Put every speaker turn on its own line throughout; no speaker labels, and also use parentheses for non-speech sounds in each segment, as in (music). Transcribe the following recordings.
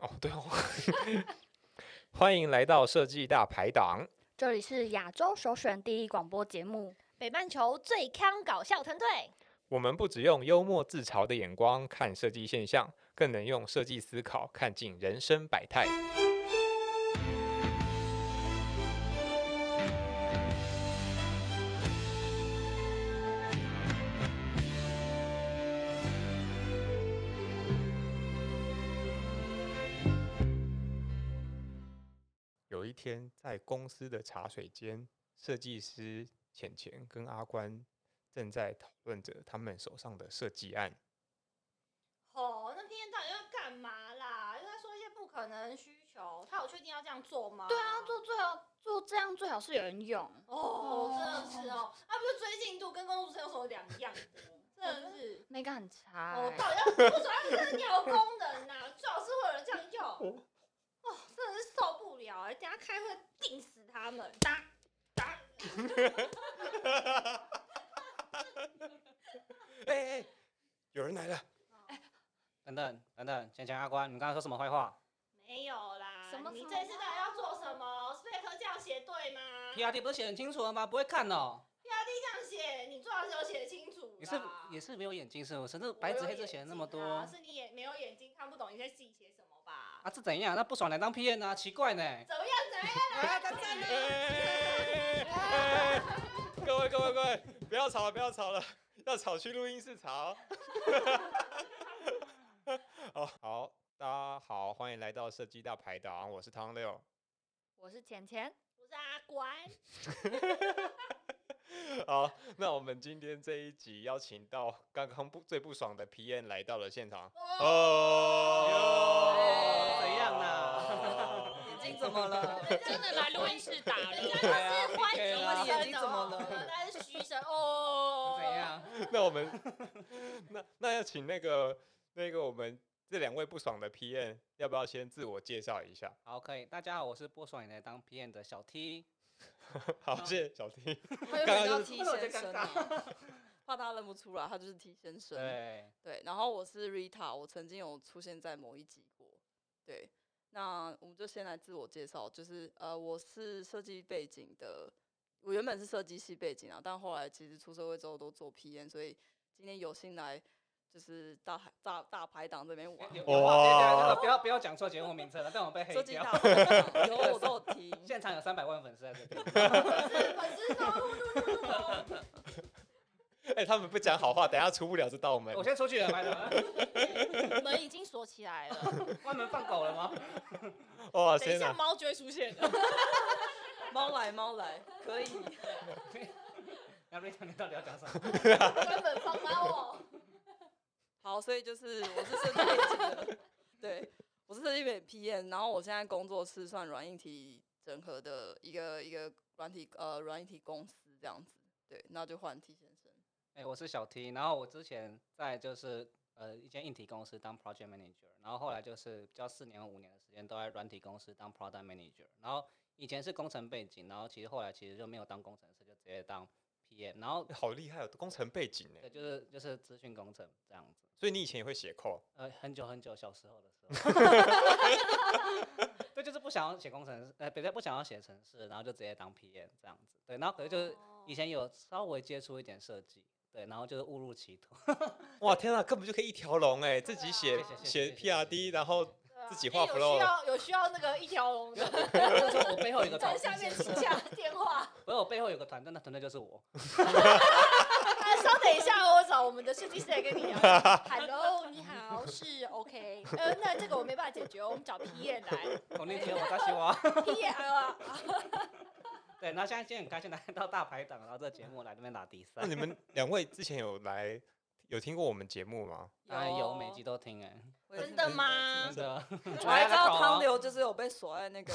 哦，对哦， (laughs) 欢迎来到设计大排档，
这里是亚洲首选第一广播节目，
北半球最康搞笑团队，
我们不只用幽默自嘲的眼光看设计现象，更能用设计思考看尽人生百态。有一天，在公司的茶水间，设计师浅浅跟阿关正在讨论着他们手上的设计案。
哦，那天到底要干嘛啦？又在说一些不可能的需求，他有确定要这样做吗？
对啊，做最好做这样最好是有人用，
哦，真的是哦，那、不就追进度跟工读生有什么两样的？真的
(laughs)
是，
那个很差、
哦，
欸。
到底要不主要是鸟工人呐、最好是会有人这样
(laughs)
用。
嗯
哦，真的是受不了哎、等一下开会定死他们，打打。
哎哎，有人来了！
等等等等，浅浅阿关，你们刚刚说什么坏话
没有啦，
什么
你
什
这次
么
到底要做什么？是配合这样写对吗？
？PRD 不是写很清楚了吗？不会看哦。
这样写，你最好是有写清楚啦。
你是也是没有眼睛是不是？这白纸黑字写了那么多
我有眼
啊
睛啊，是你也没有眼睛看不懂你在细写什么吧？
这怎样？那不爽来当 PM 啊？奇怪呢。
怎么样？怎么样？
啊，他站
哎哎哎各位各位各位，不要吵了，不要吵了，要吵去录音室吵。好 (laughs) 好，大家好，欢迎来到设计大排档，我是汤六。
我是浅浅，
我是阿关，
好，那我们今天这一集邀请到刚刚不最不爽的 PM 来到了现场。哦
哎怎样
(laughs)
啊？眼睛怎么了？
真的来录音室打了。
真的是欢
对
迎
啊
我
眼睛怎么了
但是虚声哦。
怎？样？
(laughs) 那我们那那要请那个那个我们这两位不爽的 PM 要不要先自我介绍一下？
好，可以。大家好，我是不爽也来当 PM 的小 T。
好，谢谢小 T。
他原
刚刚
本叫
就是
T
为什么
先
就尴
生啊，怕大家认不出来，他就是 T 先生。
对，
对然后我是 Rita，我曾经有出现在某一集过。对，那我们就先来自我介绍，就是呃，我是设计背景的，我原本是设计系背景啊，但后来其实出社会之后都做 PM，所以今天有幸来就是大海大大排档这边
(laughs)
玩。
有
哇
有话接下来这个不要不要讲错节目名称了，但我被黑
设计
掉
大。排档，有我都有听。
现场有三百万粉丝在这边。
是粉丝说
(laughs)
呼噜噜噜噜。
哎、他们不讲好话，等下出不了这道门
我。先出去了，拜拜。
门已经锁起来了，
关门放狗了吗？
哇，
等一
天
下
哪！
猫就会出现，猫来猫来，可以。
那瑞你到底要讲什么？
根本放把我。
好，所以就是我是设计背景的，对，我是设计背 PM，然后我现在工作是算软硬体整合的一个一个软体呃软硬体公司这样子，对，那就换 T 先生，
哎、我是小 T，然后我之前在就是呃一间硬体公司当 project manager，然后后来就是比较四年五年的时间都在软体公司当 product manager，然后以前是工程背景，然后其实后来其实就没有当工程师，就直接当 PM，然后
好厉害哦，工程背景哎
对，，就是就是资讯工程这样子。
所以你以前也会写 code
呃，很久很久小时候的时候，对，就是不想要写工程师，呃，比较不想要写程式，然后就直接当 PM 这样子。 (laughs) 对，然后可是
哦
就是以前有稍微接触一点设计，对，然后就是误入歧途。
哇，天哪，根本就可以一条龙哎，自己写
谢谢谢
写
谢谢
PRD，然后自己画
哎有
flow
需要有需要那个一条 (laughs) 龙的，
我背后有个团
在下，
队
面记下电话。
不是我背后有个团队，那团队就是我。
啊，稍等一下，我找我们的设计师来
(laughs)
跟你聊。Hello，你好，是 OK。呃， (laughs) 那这个我没办法解决，我们找 P 叶 (laughs) 来。
我那天我在希望，
P 叶啊，
对，然后现在今天很开心来到大排档，然后这个节目来这边打比赛 (laughs)
那，你们两位之前有来有听过我们节目
(laughs)
吗？
当然有哎每集都听哎、
我也是
真的吗
真的。 (laughs)
我还知道
啊
汤
流，
流就是有被锁在那个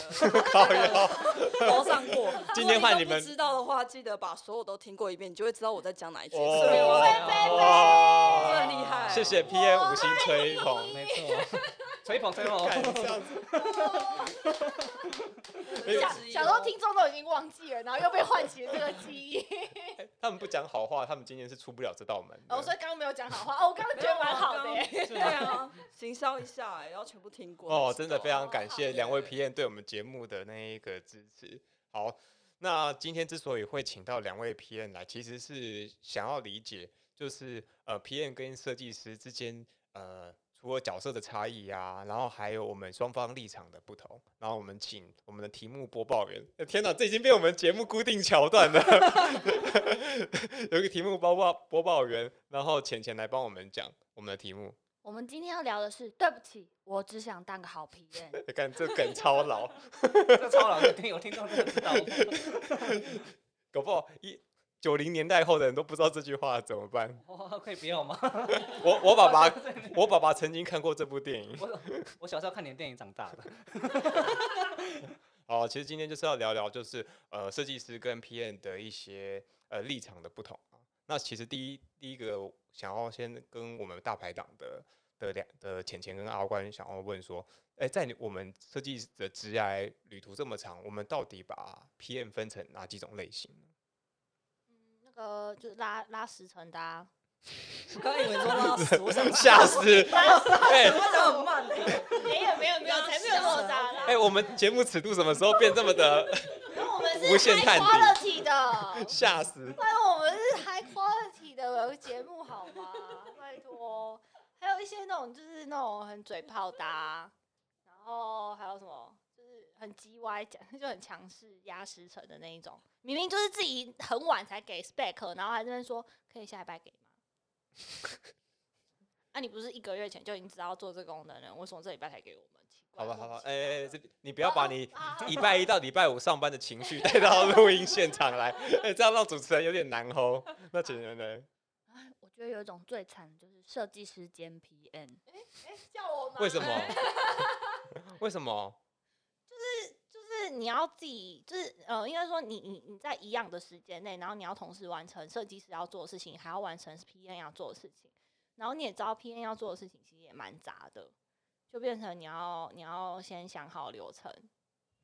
靠腰
楼上过。
(laughs) 今天换你
如果
们
都不知道的话，记得把所有都听过一遍，你就会知道我在讲哪一句。
哦
是没有
我
问
会
题
飞
哇
这很厉害
谢谢 PM 五星吹捧，
没错，吹捧吹捧， (laughs)
这 (laughs) 样子，
哦想想
哦
说听众都已经忘记了，然后又被唤起了这个记忆。
他们不讲好话，他们今天是出不了这道门的。
(laughs) 哦，所以刚刚没有讲好话。哦，我刚
啊
刚觉得蛮好的耶。
对啊，行销一下欸，然后全部听过才
哦，
知
真的
道
非常
哦
感
好
谢
对
两位
对
P N 对我们节目的那一个支持。好，那今天之所以会请到两位 P N 来，其实是想要理解，就是呃 P N 跟设计师之间呃除了角色的差异啊，然后还有我们双方立场的不同。然后我们请我们的题目播报员，呃天哪，这已经被我们节目固定桥段了。 (laughs) 有一个题目播报播报员，然后浅浅来帮我们讲我们的题目。
我们今天要聊的是，对不起，我只想当个好皮 (laughs) 人。
看这梗超老。
这超老的，有听众真的知道 (laughs) 我。
搞不好一九零年代后的人都不知道这句话怎么办。
哇，可以不要吗？，
我我爸爸我爸爸曾经看过这部电影。
我我小时候看你的电影长大的。
哦，其实今天就是要聊聊，就是呃，设计师跟 PM 的一些呃立场的不同啊。那其实第一第一个想要先跟我们大排档的的两的浅浅跟阿关想要问说，哎、在你我们设计师的职涯旅途这么长，我们到底把 PM 分成哪几种类型呢？
那个就是拉拉十层的、啊，
我刚以为你说拉屎，我
(laughs)
想
吓死！哎、
我想很慢欸，
没有没有没有，才没有那么渣啦。
哎、我们节目尺度什么时候变这么的？
我们
无
是
限
high
探底
quality 的，
吓死！
但我们是 high quality 的节目好吗？拜托，还有一些那种就是那种很嘴炮的、啊，然后还有什么就是很叽歪讲，就很强势压实成的那一种，明明就是自己很晚才给 spec，然后还在那边说可以下礼拜给吗？ (laughs) 啊，你不是一个月前就已经知道要做这个功能了，为什么这礼拜才给我们？奇怪
好吧，好吧，哎、哎
莫名
哎
其
这你不要把你
妙啊
礼拜一到礼拜五上班的情绪带到录音现场来，哎、这样让主持人有点难哦。那请人呢？
我觉得有一种最惨的就是设计师兼 PM，
哎叫我吗
为什么？ (laughs) 为什么？
就是你要自己，就是呃，应该说你你你在一样的时间内，然后你要同时完成设计师要做的事情，还要完成 P N 要做的事情，然后你也知道 P N 要做的事情其实也蛮杂的，就变成你要你要先想好流程，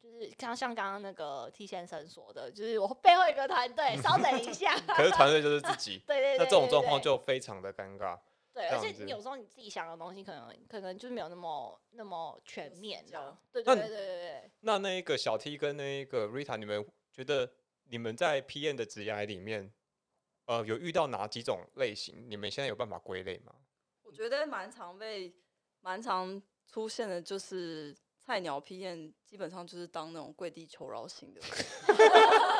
就是像像刚刚那个 T 先生说的，就是我背后有一个团队，稍等一
(laughs)
下，，
可是团队就是自己
对 (laughs) 对对，
那这种
对
状况
对
就非常的尴尬。
对，
这
而且
样子
你有时候你自己想的东西可能可能就是没有那么那么全
有死
面
角
的，对对
那
对
你
对对。
那那一个小 T 跟那一个 Rita，你们觉得你们在 PM 的职涯里面，呃，有遇到哪几种类型？你们现在有办法归类吗？
我觉得蛮常被蛮常出现的，就是菜鸟 P N 基本上就是当那种跪地求饶型的人，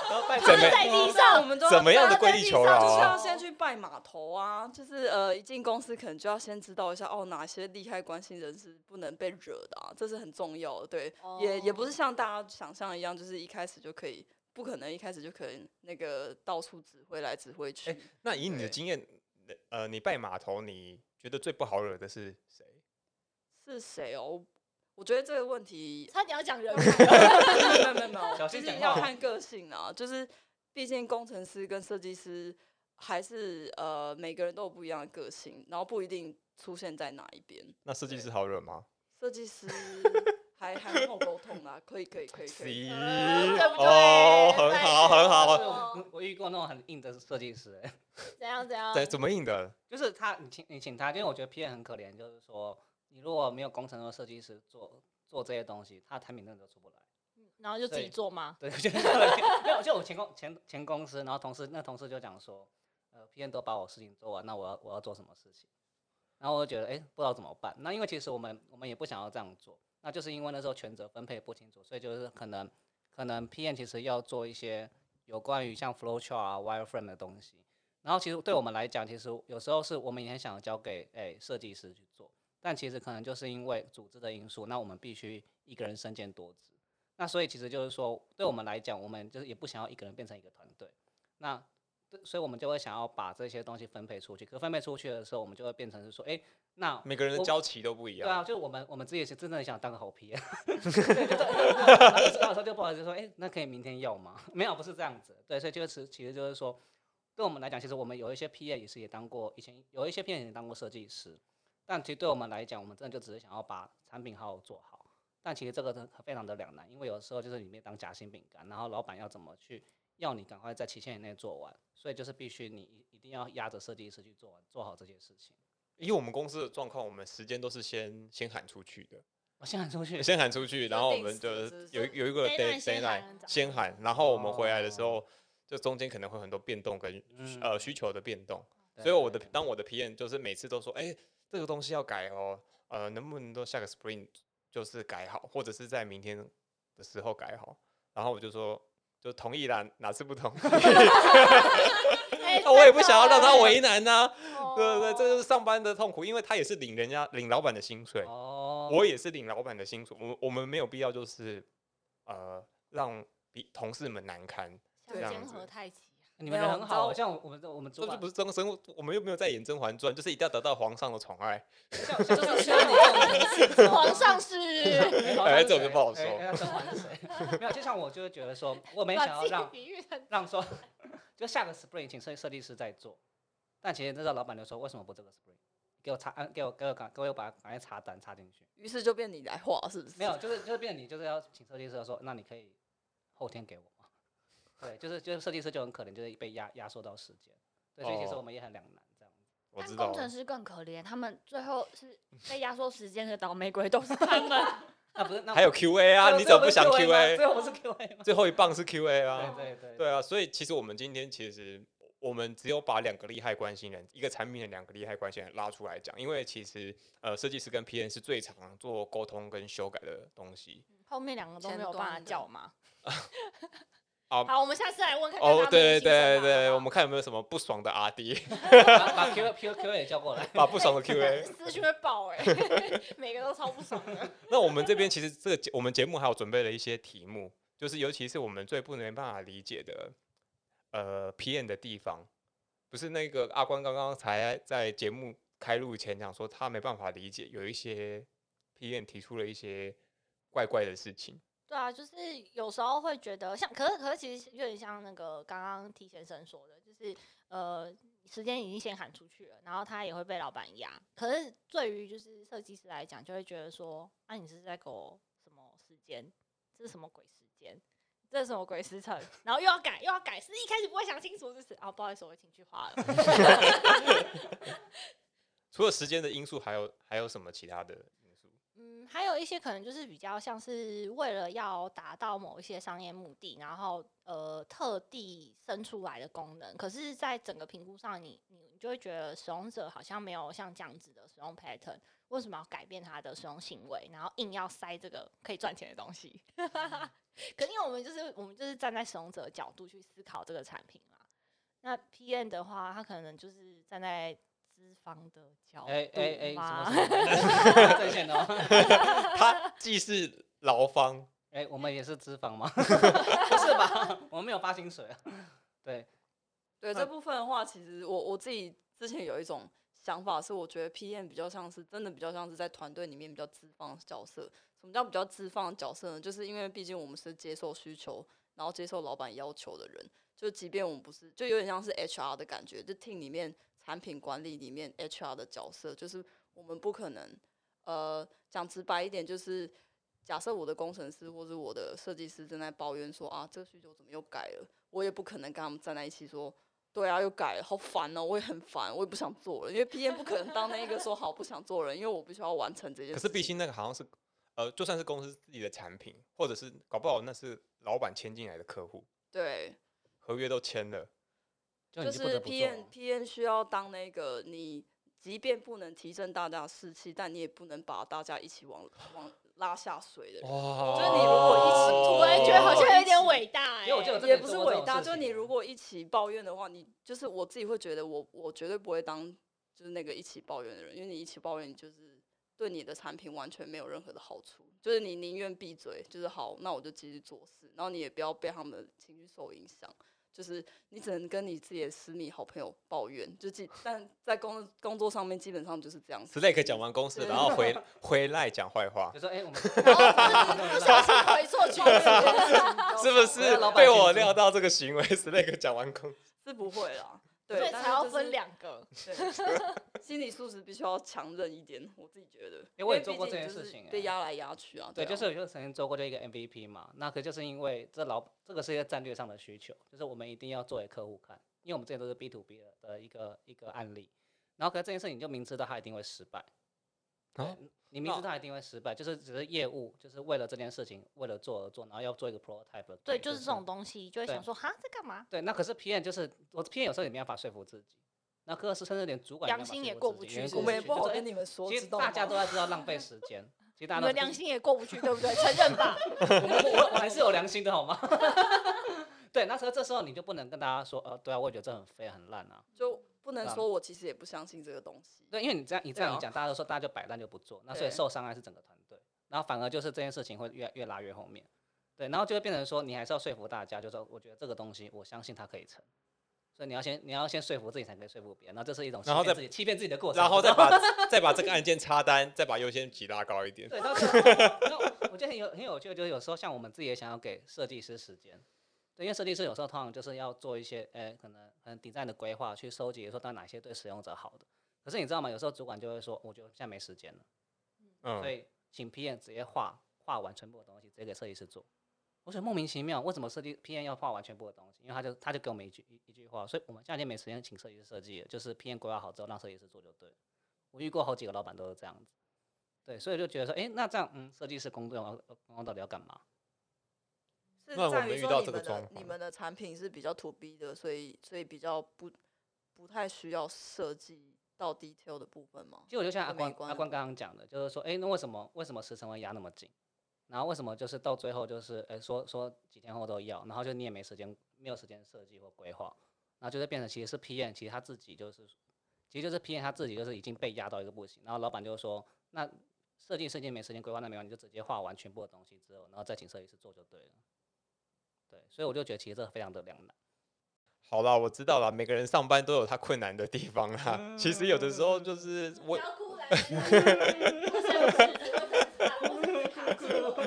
然后拜
怎么
托
在地
(laughs)
上，我们都要
怎么样的
在
跪
地
地求
上
饶
就是
啊
要先去拜码头啊，就是呃，一进公司可能就要先知道一下哦，哪些利害关系人是不能被惹的啊，这是很重要的。对，也也不是像大家想象一样，就是一开始就可以，不可能一开始就可以那个到处指挥来指挥去。
那以你的
对
经验，呃，你拜码头，你觉得最不好惹的是谁？
是谁哦？我觉得这个问题
差点要讲人话，
没有没有没有，
小
就
心
是
讲
要
话 (laughs)
看个性啊。就是毕竟工程师跟设计师还是呃每个人都有不一样的个性，然后不一定出现在哪一边。
那设计
对
师好惹吗？
设计
(laughs)
师还还很好沟通啦，可以可以可以可以。
C
对不对
哦，很
拜
好很
托
好，
我我遇过那种很硬的设计师、欸，
怎样怎样？
怎怎么硬的？
就是他，你请你请他，因为我觉得 P N 很可怜，就是说你如果没有工程和设计师做做这些东西，他的产品真的都出不来。
然后就自己
对
做吗？
对，就是很可怜 (laughs) 没有，就我前公前前公司，然后同事那同事就讲说，呃，P N 都把我事情做完，那我要我要做什么事情？然后我就觉得，哎、不知道怎么办。那因为其实我们我们也不想要这样做，那就是因为那时候权责分配不清楚，所以就是可能可能 P N 其实要做一些有关于像 flowchart 啊、wireframe 的东西。然后其实对我们来讲，其实有时候是我们也很想交给诶设计师去做，但其实可能就是因为组织的因素，那我们必须一个人身兼多职。那所以其实就是说，对我们来讲，我们就是也不想要一个人变成一个团队。那对所以我们就会想要把这些东西分配出去。可分配出去的时候，我们就会变成是说，哎，那
每个人的
我
交期都不一
对啊，
样。
就我们我们自己是真的想当个好 P，对，就然后知道的时候就不好意思说，哎、那可以明天要吗？没有，不是这样子，对，所以就是其实就是说，对我们来讲，其实我们有一些 P A 也是也当过，以前有一些 P A 也当过设计师，但其实对我们来讲，我们真的就只是想要把产品好好做好。但其实这个真的非常的两难，因为有时候就是里面当夹心饼干，然后老板要怎么去要你赶快在期限以内做完，所以就是必须你一一定要压着设计师去做完做好这件事情。
以我们公司的状况，我们时间都是先先喊出去的，
我现在出去，
先喊出去，然后我
定
们
死
就是
不是
有一有一个
Deadline
day
先
deadline
喊很早
先喊，然后我们回来的时
哦
候，就中间可能会很多变动跟需
嗯
呃需求的变动，
对
所以我
对
的
对
当我的 PM 就是每次都说，哎，这个东西要改哦，呃，能不能都下个 spring 就是改好，或者是在明天的时候改好，然后我就说。就同意啦，哪次不同意？ (laughs) 哦
哎
那我也不想要让他为难呐、
哦
对对对，这就是上班的痛苦，因为他也是领人家领老板的薪水，
哦，
我也是领老板的薪水，我我们没有必要就是呃让比同事们难堪，
相
这样
煎
子
何太急啊？
你
没
们人
有
很
你知
好
道
哦，像我我们的我们
这
主
就
管
不是真生活，我们又没有在演《甄嬛传》，就是一定要得到皇上的宠爱。
就是需要你这种人气
(laughs)
皇
(laughs)
上是
哎
哎这我就不好说
要甄嬛是谁？
(laughs)
没有，就像我就会觉得说，我没
把
想要
啊
自己
让
比喻成
让说，就下个 spring 请设设计师再做，但其实那时候老板就说，为什么不这个 spring？给我查，啊给我给我赶，给我把赶快查单插进去。
于是就变你来画，是不是？
没有，就是就是变成你就是要请设计师说，那你可以后天给我吗？ (laughs) 对，就是就是设计师就很可怜，就是被压压缩到时间。对，所以其实
哦
我们也很两难这样。
我知
但
道
工，程师更可怜，他们最后是被压缩时间的倒霉鬼，都是他们。 (laughs)
那不是那
还有 Q&A
(laughs)
啊，你怎么不想
最
Q&A？
后不是 Q&A 吗？
最后一棒是 Q&A 啊，
对对对
对啊，所以其实我们今天其实呃我们只有把两个利害关系人，一个产品的两个利害关系人拉出来讲，因为其实呃设计师跟 PM 是最常做沟通跟修改的东西。
后面两个都
前
没有办
端
法
的
(laughs)
叫吗？
啊
好，我们下次来问看看
哦，
他们
对
的心声
对
吧
对，
好
我
(laughs) 不
们看有没有什么不爽的阿弟， (laughs)
把把 Q Q Q 也叫过 (laughs) 来。
把不爽的 Q&A
好私讯会爆哎， (laughs) 每个都超不爽的。
(laughs) 那我们这边其实这个节我们节目还有准备了一些题目，就是尤其是我们最不能办法理解的，呃，PM 的地方，不是那个阿关刚刚才在节目开录前讲说他没办法理解，有一些 PM 提出了一些怪怪的事情，
对啊，就是有时候会觉得像，可是可是其实有点像那个刚刚 T 先生说的，就是呃，时间已经先喊出去了，然后他也会被老板压。可是对于就是设计师来讲，就会觉得说，啊，你是在给我什么时间？这是什么鬼时间？这是什么鬼时辰？ (laughs) 然后又要改，又要改，是一开始不会想清楚，就是啊，不好意思，我情绪化了。
除了时间的因素，还有还有什么其他的因素？ (laughs)
嗯，还有一些可能就是比较像是为了要达到某一些商业目的，然后呃特地生出来的功能，可是，在整个评估上你，你你就会觉得使用者好像没有像这样子的使用 pattern，为什么要改变他的使用行为，然后硬要塞这个可以赚钱的东西？ (laughs)
嗯
可因为我们就是我们就是站在使用者的角度去思考这个产品嘛。那 PM 的话，他可能就是站在资方的角度
哎哎哎，什
嘛
么什么？在线的 (laughs) 哦。
(laughs)
他既是劳方，
哎，我们也是脂肪
(laughs)
吗？不是吧？我们没有发薪水啊。对，
对
那
这部分的话，其实我我自己之前有一种想法是，我觉得 PM 比较像是真的比较像是在团队里面比较资方的角色。什么叫比较资方的角色呢？就是因为毕竟我们是接受需求，然后接受老板要求的人。就即便我们不是，就有点像是 HR 的感觉，就 team 里面产品管理里面 HR 的角色，就是我们不可能，呃，讲直白一点，就是假设我的工程师或者我的设计师正在抱怨说啊，这个需求怎么又改了，我也不可能跟他们站在一起说，对啊，又改了，好烦哦，我也很烦，我也不想做了，因为 PM 不可能当那一个说好不想做了，因为我必须要完成这件事情。
可是毕竟那个好像是呃，就算是公司自己的产品，或者是搞不好那是老板签进来的客户，
对，合
合约都签了。
就
就
你不得
是
不做啊
PM PM 需要当那个你，即便不能提振大家的士气，但你也不能把大家一起往往拉下水的人。
哇
就是你如果一起
突
突
然
然
觉
觉
得
得
好
好
像
像
有
有
点
点
伟
伟
大、
因为我记得欸我这个
也
也
不
做
是
过这
伟
种
大，
事
就
情
你
啊
如果一起抱怨的话，你就是我自己会觉得我我绝对不会当就是那个一起抱怨的人，因为你一起抱怨，你就是对你的产品完全没有任何的好处，就是你宁愿闭嘴，就是好，那我就继续做事，然后你也不要被他们的情绪受影响。就是你只能跟你自己的私密好朋友抱怨，就基但在工工作上面基本上就是这样子。 (laughs)
Slack 讲完公司，
对
然后回回来讲坏话
就，
(laughs)
说哎，我
哦
们 (laughs)
不小心回错
(laughs)
群
是不
我要
是
老板
被
请
我
注
料到这个行为？Slack 讲完公，
是不会啦，对，
所以
但
才
是
要
就是
分两个。
(laughs)
对心理素质必须要强韧一点，我自己觉得。
诶我也
因为
做
毕
过
竟
这件
就是
事情
被
诶
压来压去啊。
对，
啊
就是我就曾经做过这一个 MVP 嘛，那可就是因为这老这个是一个战略上的需求，就是我们一定要做给客户看，因为我们之前都是 B to B 的的一个一个案例，然后可是这件事情你就明知道它一定会失败，对
啊
你明知
那
道它一定会失败，就是只是业务就是为了这件事情为了做而做，然后要做一个 prototype，的
对，
给
就是这种东西，就会
对
想说哈，在干嘛？
对，那可是 PM 就是我 PM 有时候也没办法说服自己，那可是甚至连主管也
良
没办法
心
说
也
服
过
自
不
己
去
因为
是
过
不
不
是
去就哎
你们说
其实大家都在知道浪费时间，其实大
你
家都
们
知道
良心也过不去，对不对？承认吧。
我们我我还是有良心的好吗？ (laughs) 对，那时候这时候你就不能跟大家说，呃，对啊，我也觉得这很废很烂啊。
就不能
啊
说我其实也不相信这个东西。
对，因为你这样你这
对
样
哦
啊
一讲，大家都说大家就摆烂就不做，那所以
对
受伤害是整个团队，然后反而就是这件事情会越越拉越后面。对，然后就会变成说，你还是要说服大家，就说我觉得这个东西，我相信它可以成，所以你要先你要先说服自己，才可以说服别人。那这是一种欺
然后
骗
再
自己欺骗自己的过程， (laughs)
然后
你知
再
道吗
把再把这个案件插单，再把优先级拉高一点。
对，到时候然后我觉得很有很有趣，就是有时候像我们自己也想要给设计师时间，对，因为设计师有时候通常就是要做一些呃可能可能 design 的规划，去收集说到哪些对使用者好的。可是你知道吗？有时候主管就会说，我觉得现在没时间了，所
嗯，
以请 PM 直接画画完全部的东西，直接给设计师做。我觉得莫名其妙，为什么设计 PM 要画完全部的东西？因为他就他就给我们一句一一句话，所以我们现在已经没时间请设计师设计了，就是 PM 规划好之后让设计师做就对了。我遇过好几个老板都是这样子，对，所以就觉得说，诶，那这样，嗯，设计师工作要呃工作到底要干嘛？
是
那我
在
们
于
遇
说
到
你
这个
们的
状
你
况
们的产品是比较 to B 的，所以所以比较不不太需要设计到 detail 的部分吗？
其实我就像阿
跟
关
美观
阿
有
关刚刚讲的，就是说，诶，那为什么为什么时程会压那么紧？然后为什么就是到最后就是，诶，说说几天后都要，然后就你也没时间，没有时间设计或规划，然后就会变成其实是 PM，其实他自己就是，其实就是 PM 他自己就是已经被压到一个不行，然后老板就说，那设计师已经没时间规划，那没有你就直接画完全部的东西之后，然后再请设计师做就对了。对，所以我就觉得其实这非常的两难。
好啦，我知道了，每个人上班都有他困难的地方啦。
嗯
其实有的时候就是我，
嗯哭来，
(laughs)
不是不是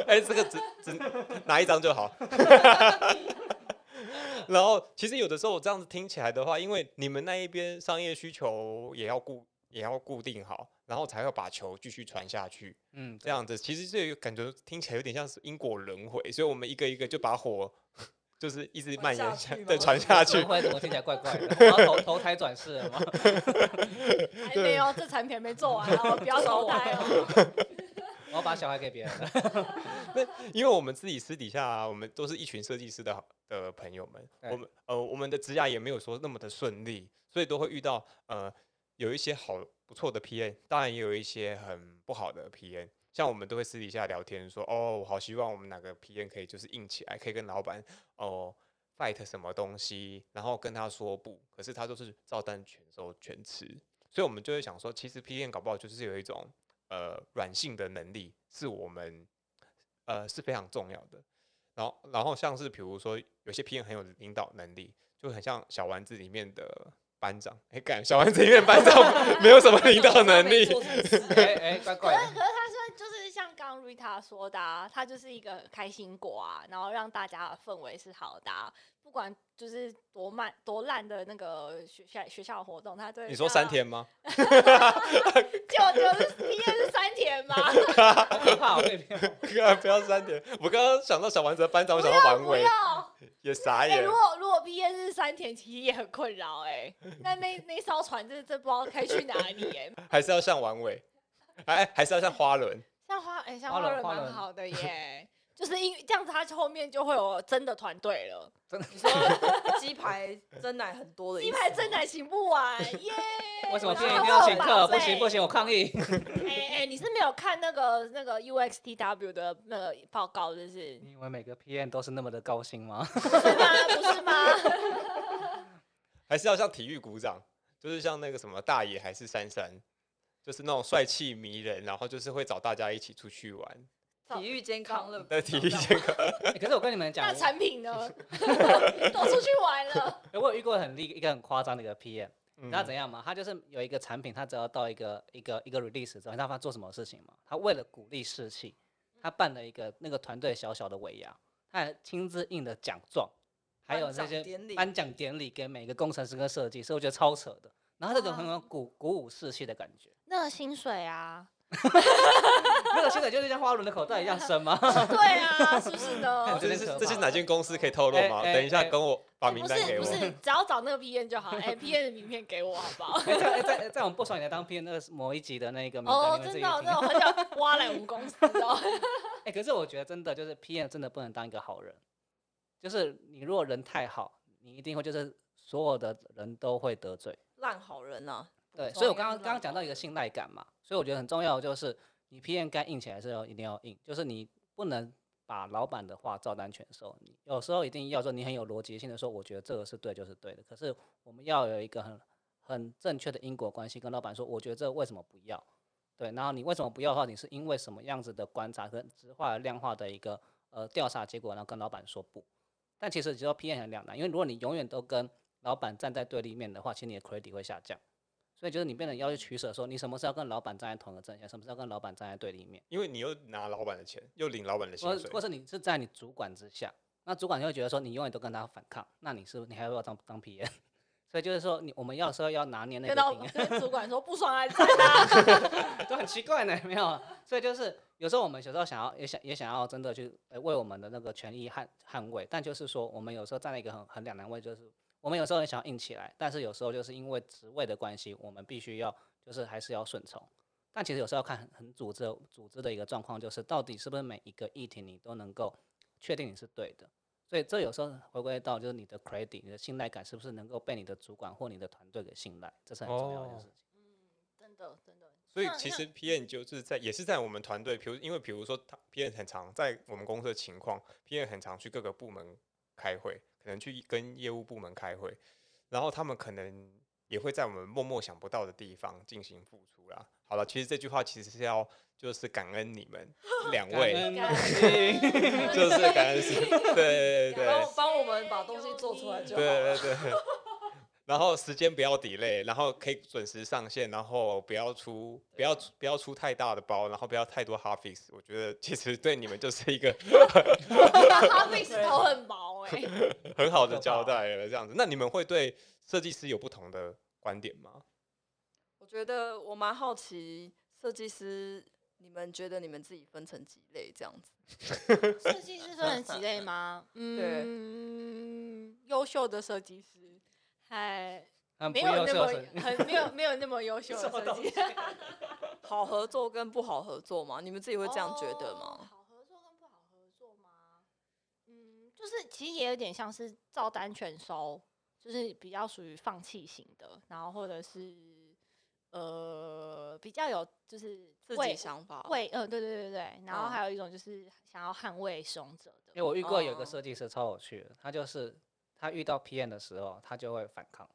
哎、这个只只拿一张就好。 (laughs) 然后，其实有的时候我这样子听起来的话，因为你们那一边商业需求也要固也要固定好，然后才会把球继续传下去。
嗯，
这样子其实这个感觉听起来有点像是因果轮回，所以我们一个一个就把火 (laughs) 就是一直蔓
传
延
下
下，
去
对，
吗
传下
怎
去
么。会怎么听起来怪怪的？我要投投胎转世了吗？
还没有，这产品还没做完哦，不要
找
投
我
胎哦。
我要把小孩给别人了。
因为我们自己私底下、啊，我们都是一群设计师的好的朋友们，
对
我们呃我们的职涯也没有说那么的顺利，所以都会遇到呃有一些好不错的 PN，当然也有一些很不好的 PN。像我们都会私底下聊天说，哦，我好希望我们哪个 PN 可以就是硬起来，可以跟老板哦 fight 什么东西，然后跟他说不，可是他都是照单全收全吃，所以我们就会想说，其实 PN 搞不好就是有一种呃软性的能力，是我们呃是非常重要的。然后，然后像是比如说，有些 PM 很有领导能力，就很像小丸子里面的班长。哎，干，小丸子里面的班长 (laughs) 没有什么领导能力，
哎哎，怪
可
怪
是可
的。
是他说就是像刚刚 Rita 说的、啊，他就是一个开心果啊，然后让大家的氛围是好的啊、不管就是多慢多烂的那个学校学校活动，他对啊
你说三，天 (laughs) 吗？
就就是毕业是三天吗？
我怕我被骗了。
不要三天，我刚刚想到小丸子的班长，我
不
想到
要
王
不
伟，
要！
也傻
哎、
眼
如。果如果毕业是三天，其实也很困扰哎、那那那艘船真的真不知道该去哪里哎、
还是要像王伟，哎，还是要像花轮。
像花哎、像花
花轮
轮
花
蛮
轮
好的耶，就是因为这样子，他后面就会有真的团队了。
你说鸡排真奶很多的意
鸡
思
排
吗
真奶请不完，耶！
为什么
今天
今天一定要请客？不行不行，我抗议。
哎哎，你是没有看那个那个 UXTW 的那个报告，就是
你以为每个 PM 都是那么的高兴 (laughs) 吗？
不是吗？不是吗？
还是要像体育鼓掌，就是像那个什么大爷还是珊珊，就是那种帅气迷人，然后就是会找大家一起出去玩
体育健康了，
的
(laughs)
体育健康。
欸可是我跟你们讲
那，产品呢？都出去玩了，
我我有遇过很厉一个很夸张的一个 PM，
嗯
你知道怎样吗？他就是有一个产品，他只要到一个一个一个 release 之后，你知道他做什么事情吗？他为了鼓励士气，他办了一个那个团队小小的尾牙，他还亲自印了奖状，还还有
颁
那
奖
些
典礼
颁奖典礼给每个工程师跟设计师，我觉得超扯的。然后这种很有鼓鼓舞士气的感觉，
那个薪水啊，
那个薪水就是像花轮的口袋一样深
(laughs)
吗？
对啊，是不是
(laughs)
呢？
嗯这
真的
是
可
这是
怕
哪间公司可以透露
哎
吗？
哎
等一下
哎
跟我把
不
名单
是
给
不
我。
是，只要找那个 P N 就好。哎，P N 的名片给我好不好？
哎在哎在在我们不爽你的当片那个某一集的那个名单，
哦，
你们自
真
己
的哦，
听
那我很想挖来我们公司哦。
(laughs) 哎、可是我觉得真的就是 PM 真的不能当一个好人，就是你如果人太好，你一定会就是所有的人都会得罪。
烂好人啊，
对，
补
所以我
充
刚
要
刚刚刚
烂
讲
好
到一个信赖感嘛，所以我觉得很重要的就是你 PM 该硬起来的时候一定要硬，就是你不能把老板的话照单全收，你有时候一定要说你很有逻辑性的说，我觉得这个是对就是对的，可是我们要有一个很很正确的因果关系，跟老板说，我觉得这个为什么不要？对，然后你为什么不要的话，你是因为什么样子的观察跟直化量化的一个呃调查结果，然后跟老板说不。但其实只要 PM 很两难，因为如果你永远都跟老板站在对立面的话，其实你的 credit 会下降。所以就是你变得要去取舍，说你什么时候跟老板站在同一个阵线，什么时候跟老板站在对立面，
因为你又拿老板的钱，又领老板的薪
或
水，
或是你是在你主管之下，那主管就会觉得说你永远都跟他反抗，那你是不是你还要不要当当 PM？所以就是说你我们要时候要拿捏那个
跟到
平衡，
跟主管说不爽 (laughs) 来站啊，
都很奇怪呢， (laughs) 没有啊。所以就是有时候我们有时候想要也想也想要真的去呃为我们的那个权益捍捍卫，但就是说我们有时候站在一个很很两难位，就是我们有时候很想要硬起来，但是有时候就是因为职位的关系，我们必须要就是还是要顺从。但其实有时候要看很很组织的组织的一个状况，就是到底是不是每一个议题你都能够确定你是对的。所以这有时候回归到就是你的 credit，你的信赖感是不是能够被你的主管或你的团队给信赖，这是很重要的一件
哦
事情。
真的真的。
所以
那
其
那
实 PM 就是在也是在我们团队，比如因为比如说他 PM 很常在我们公司的情况，PM 很常去各个部门开会，可能去跟业务部门开会，然后他们可能也会在我们默默想不到的地方进行付出啦。好了，其实这句话其实是要就是感恩你们两位，
感
感
恩 (laughs)
就是感恩是， (laughs) 对
(laughs)
对对
然
对
后帮我们把东西做出来就好了。
对对
哦
对。
(laughs)
(laughs) 然后时间不要 delay，然后可以准时上线，然后不要出不要出不要出太大的包，然后不要太多 hard fix。我觉得其实对你们就是一
(laughs)
个
他费时头很毛哎，
很好
可
的
怕
交代了，这样子。那你们会对设计师有不同的观点吗？
我觉得我蛮好奇，设计师你们觉得你们自己分成几类这样子？
设计师分成几类 (laughs) 吗？嗯，优秀的设计师，还
很不
没有
优
那
秀
么
的人
很没有没有那么优秀的设计师，
好合作跟不好合作吗？你们自己会这样觉得
哦
吗？
好合作跟不好合作吗？嗯，就是其实也有点像是照单全收，就是比较属于放弃型的，然后或者是呃比较有就是
自己
为
想法。
为嗯、对对对对，然后
嗯
还有一种就是想要捍卫使用者
因
的，
为我遇过有个
哦
设计师超有趣的，他就是他遇到 PM 的时候，他就会反抗；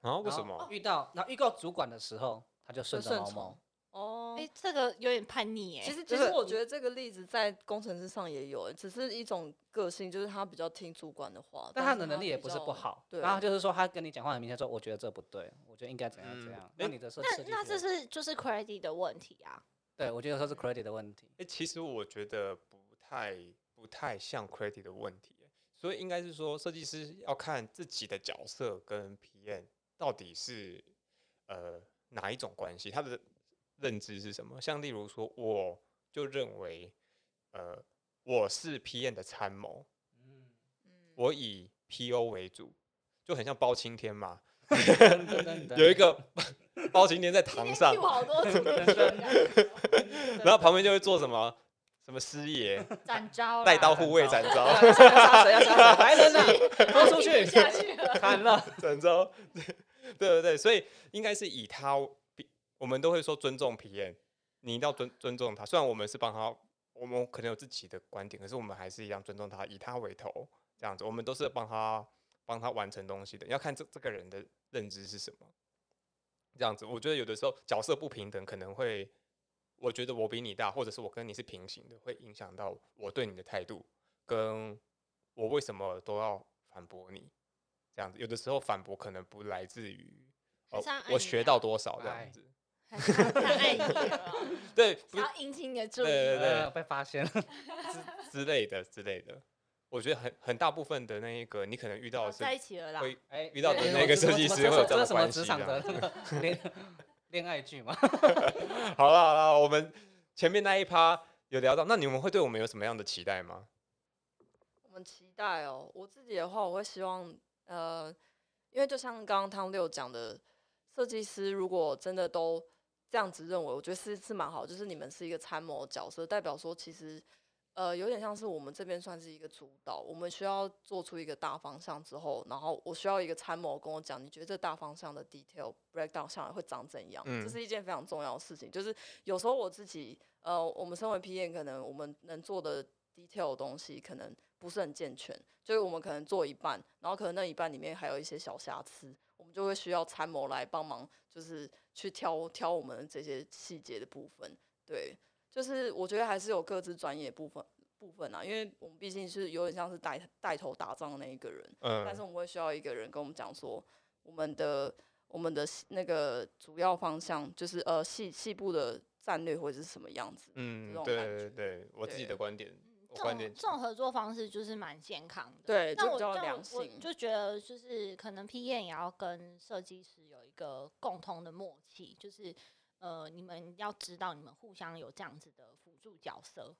啊，为
然
什
后
么？
遇到然后遇到主管的时候，他就顺
就
着
顺
毛
从
毛。
哦
哎、这个有点叛逆哎、
其实，
就
其
是
实我
你
觉得这个例子在工程师上也有，只是一种个性，就是他比较听主管的话，
但他
是
的能力也
比
不是
较
不，好，
对
然后就是说他跟你讲话很明显说，我觉得这不对，我觉得应该怎样怎
嗯
样。
诶
那你的设设计
那这
师，
是就是 credit 的问题啊，
对我觉得说是 credit 的问题。
哎、其实我觉得不太不太像 credit 的问题耶，所以应该是说设计师要看自己的角色跟 PM 到底是呃哪一种关系，他的认知是什么。像例如说，我就认为呃我是 PM 的参谋，
嗯
我以 PO 为主，就很像包青天嘛，
噔噔噔噔
有一个 (laughs) 包青天在堂上
今天 Q，好多主
噔噔
题，
然后旁边就会做什么什么师爷
(laughs) 展昭
带
啦
刀护卫斩招。
要杀谁要杀谁，白人啊，拖出
听不 (laughs) 下
去，
去
(laughs)
了，
砍了。
整周， (laughs) 对对对，所以应该是以他比，我们都会说尊重皮恩，你一定要尊尊重他。虽然我们是帮他，我们可能有自己的观点，可是我们还是一样尊重他，以他为头，这样子，我们都是帮他帮他完成东西的。要看这这个人的认知是什么，这样子，我觉得有的时候角色不平等可能会。我觉得我比你大，或者是我跟你是平行的，会影响到我对你的态度，跟我为什么都要反驳你。这样子，有的时候反驳可能不来自于、
还
呃
是要按
我
你
学
啊
到多少这
哎
样子，
还是他太爱你了， (laughs)
对，不
想要引起你的注意。
对对对
呃被发现了。
之类的之类的。我觉得很很大部分的那一个你可能遇到
然
的
后
是
在一起了啦，
会
哎，
遇到
对
的
对
那
我
个
知
设
道
计
这
师
这
会有
是
这样的
什么
关
职
系啊
场
这
的那个 (laughs) 恋恋爱剧嘛？
好了好了，我们前面那一趴有聊到，那你们会对我们有什么样的期待吗？
我们期待哦。我自己的话，我会希望，呃，因为就像刚刚汤六讲的，设计师如果真的都这样子认为，我觉得是是蛮好。就是你们是一个参谋角色，代表说其实，呃，有点像是我们这边算是一个主导，我们需要做出一个大方向之后，然后我需要一个参谋跟我讲，你觉得这大方向的 detail breakdown 下来会长怎样？
嗯
这是一件非常重要的事情。就是有时候我自己，呃，我们身为 PM，可能我们能做的 detail 的东西可能不是很健全，就是我们可能做一半，然后可能那一半里面还有一些小瑕疵，我们就会需要参谋来帮忙，就是去挑挑我们这些细节的部分。对，就是我觉得还是有各自专业部分部分啊，因为我们毕竟是有点像是带带头打仗的那一个人，但是
嗯，
我们会需要一个人跟我们讲说，我们的我们的那个主要方向就是呃细细部的战略会是什么样子。
嗯
这，种
对
感
对
觉
对，我自己的
对
观点，我
这
观
种
点
这种合作方式就是蛮健康的。
对，
那
就
我
比较
但我
良
我
性。
就觉得就是可能 P 验也要跟设计师有一个共同的默契，就是呃，你们要知道你们互相有这样子的辅助角色。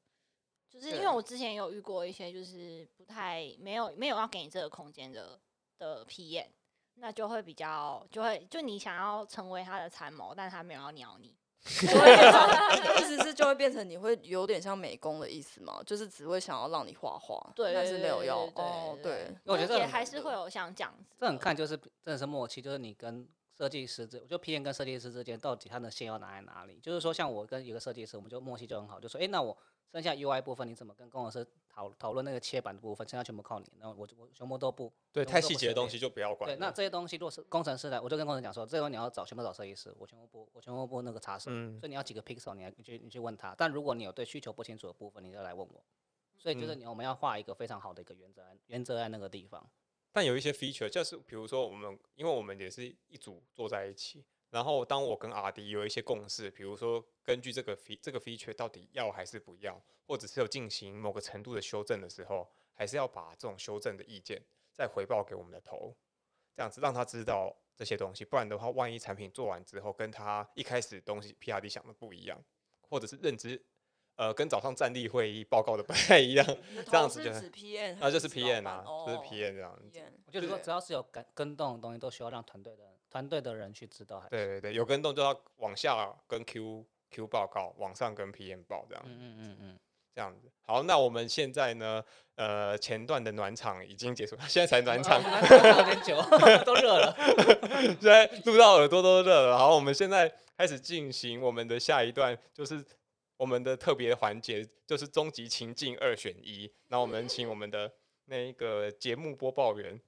就是因为
对
我之前有遇过一些就是不太没有没有要给你这个空间的的 P 验，那就会比较就会就你想要成为他的参谋，但他没有要鸟你。
就会变成 (laughs) 意思是就会变成你会有点像美工的意思嘛，就是只会想要让你画画，
对，
但
对
是没
对
有
对
要
对对
哦，对，
我觉得这
也
很
还
难
是
得
会有像这样子的，
这很看就是真的是默契，就是你跟设计师之，我就 P N 跟设计师之间到底他的线要拿在哪里？就是说，像我跟有个设计师，我们就默契就很好，就说，哎，那我剩下 U I 部分你怎么跟工程师讨讨论那个切板的部分，剩下全部靠你，那我就我全部都不
对
全部
太
都
细
不
节的
涉
东
猎
西就不要管了。
对，那这些东西如果是工程师来，我就跟工程师讲说，这个你要找全部找设计师，我全部不我全部不那个查手，
嗯
所以你要几个 pixel，你来你去你去问他。但如果你有对需求不清楚的部分，你就来问我。所以就是
嗯
你我们要画一个非常好的一个原则在，原则在那个地方。
但有一些 feature，就是比如说我们，因为我们也是一组坐在一起，然后当我跟阿迪有一些共识，比如说根据这个 fe 这个 feature 到底要还是不要，或者是有进行某个程度的修正的时候，还是要把这种修正的意见再回报给我们的头，这样子让他知道这些东西，不然的话，万一产品做完之后跟他一开始东西 PRD 想的不一样，或者是认知。呃，跟早上站立会议报告的不太一样，
嗯
这样子就
指哦 PM，
那就是 PM 啊，就是 PM 这样子。
我就是说，
对
只要是有跟跟动的东西，都需要让团队的团队的人去知道。还
对
是，
对对，有跟动就要往下跟 Q Q 报告，往上跟 PM 报这样、
嗯嗯嗯嗯，
这样子。好，那我们现在呢，呃，前段的暖场已经结束， (laughs) 现在才暖场，
哦有点久， (laughs) 都热了。
现在录到耳朵都热了。好，我们现在开始进行我们的下一段，就是我们的特别环节，就是终极情境二选一。那我们请我们的那一个节目播报员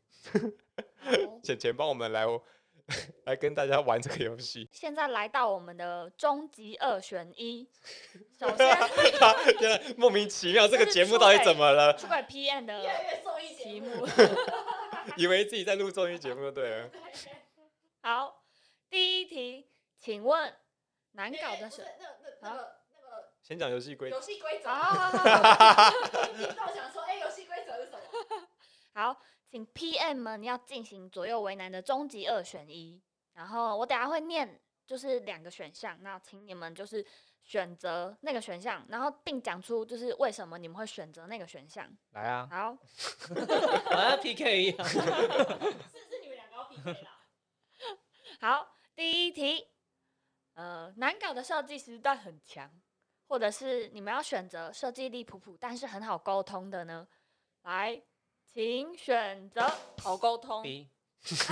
浅浅帮我们来 (laughs) 来跟大家玩这个游戏。
现在来到我们的终极二选一，
(laughs)
首先
天啊，莫名其妙，这个
这是
节目
出
到底
轨
怎么了？
出轨 PM 的题目。 (laughs)
以为自己在录综艺节目就对了。
好，第一题，请问难搞的是
(laughs)
那
啊
个那个
先讲游戏规则，
戏规则，
啊？
我想说，哎，游戏规则是什么？
好，请 PM 们要进行左右为难的终极二选一。然后我等下会念，就是两个选项，那请你们就是选择那个选项，然后并讲出就是为什么你们会选择那个选项。
来啊，
好，
好像 PK 一样。
是是你们两个要 PK 啦。
好，第一题，呃，难搞的设计师但很强，或者是你们要选择设计力普普但是很好沟通的呢？来，请选择。
好沟通，对
B，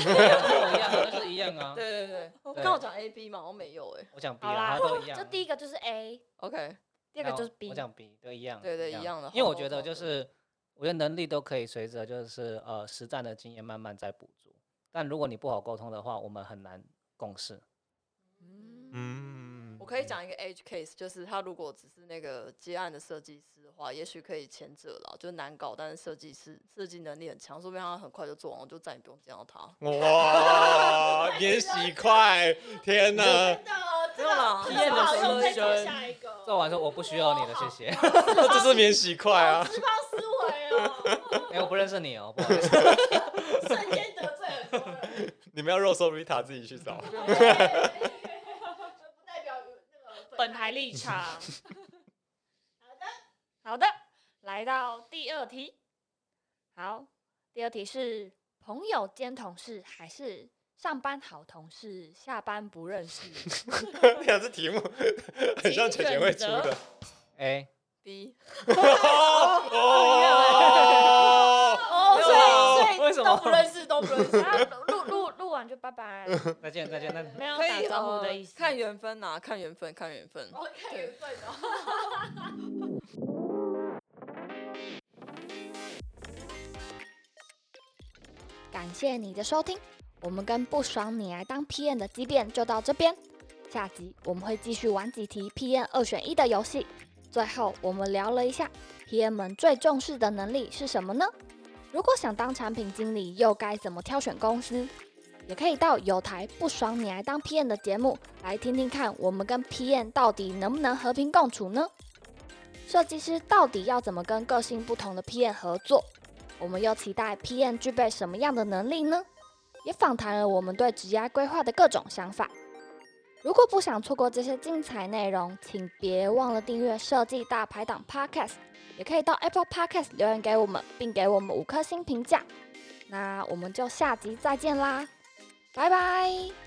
跟 (laughs) 我一样啊，都是一样啊。
对对，我
对
刚我讲 A B 嘛，我没有哎
我讲 B
好
啊，
啦
他都一，样
就
啊。
第一个就是 A，
，OK，
第二个
那
就是
我
B
我。讲 B，对，一样。
对对一样的
因为
好多
我觉得
种
就
的
是，我觉得能力都可以随着就是呃实战的经验慢慢在补足。但如果你不好沟通的话，我们很难共事。
嗯
我可以，讲一个 H case，就是他如果只是那个接案的设计师的话，也许可以前者啦，就是难搞，但是设计师设计能力很强，说不定他很快就做完，我就再也不用见到他。
哇，免洗快，天哪，
哦
没有啦，
体验的
好用
深
哦再
深
下一个。
做完之后我不需要你了，谢谢。
这是免洗快啊！
好失望，失望对哦，
(laughs) 哎、我不认识你哦，不好意 (laughs) 思。
瞬间得罪很多人。
你们要肉搜 Rita 自己去找。 (laughs)
(laughs)
不代表那个
本台立
(laughs)
场。
好的，
好的，来到第二题。好，第二题是朋友兼同事还是上班好同事，下班不认识？
这两只题目很像姐姐会出的。
哎、
B 哦啊
哦，
哦，
没有
所
啊
以
为
所
什
以都
么
不认识，都不认识。
啊录录录完就拜拜，
再见再见，那
没有
可
打
以
招呼的
呃
意思。
看缘分呐，看缘分，看缘分。
我看缘分哦。
(laughs) 感谢你的收听，我们跟不爽你来当 P N 的激辩就到这边，下集我们会继续玩几题 P N 二选一的游戏。最后我们聊了一下 P N 们最重视的能力是什么呢？如果想当产品经理，又该怎么挑选公司？也可以到有台不爽你来当 P N 的节目来听听看，我们跟 P N 到底能不能和平共处呢？设计师到底要怎么跟个性不同的 P N 合作？我们又期待 PM 具备什么样的能力呢？也访谈了我们对职业规划的各种想法。如果不想错过这些精彩内容，请别忘了订阅《设计大排档》Podcast，也可以到 Apple Podcast 留言给我们，并给我们五颗星评价。那我们就下集再见啦，拜拜。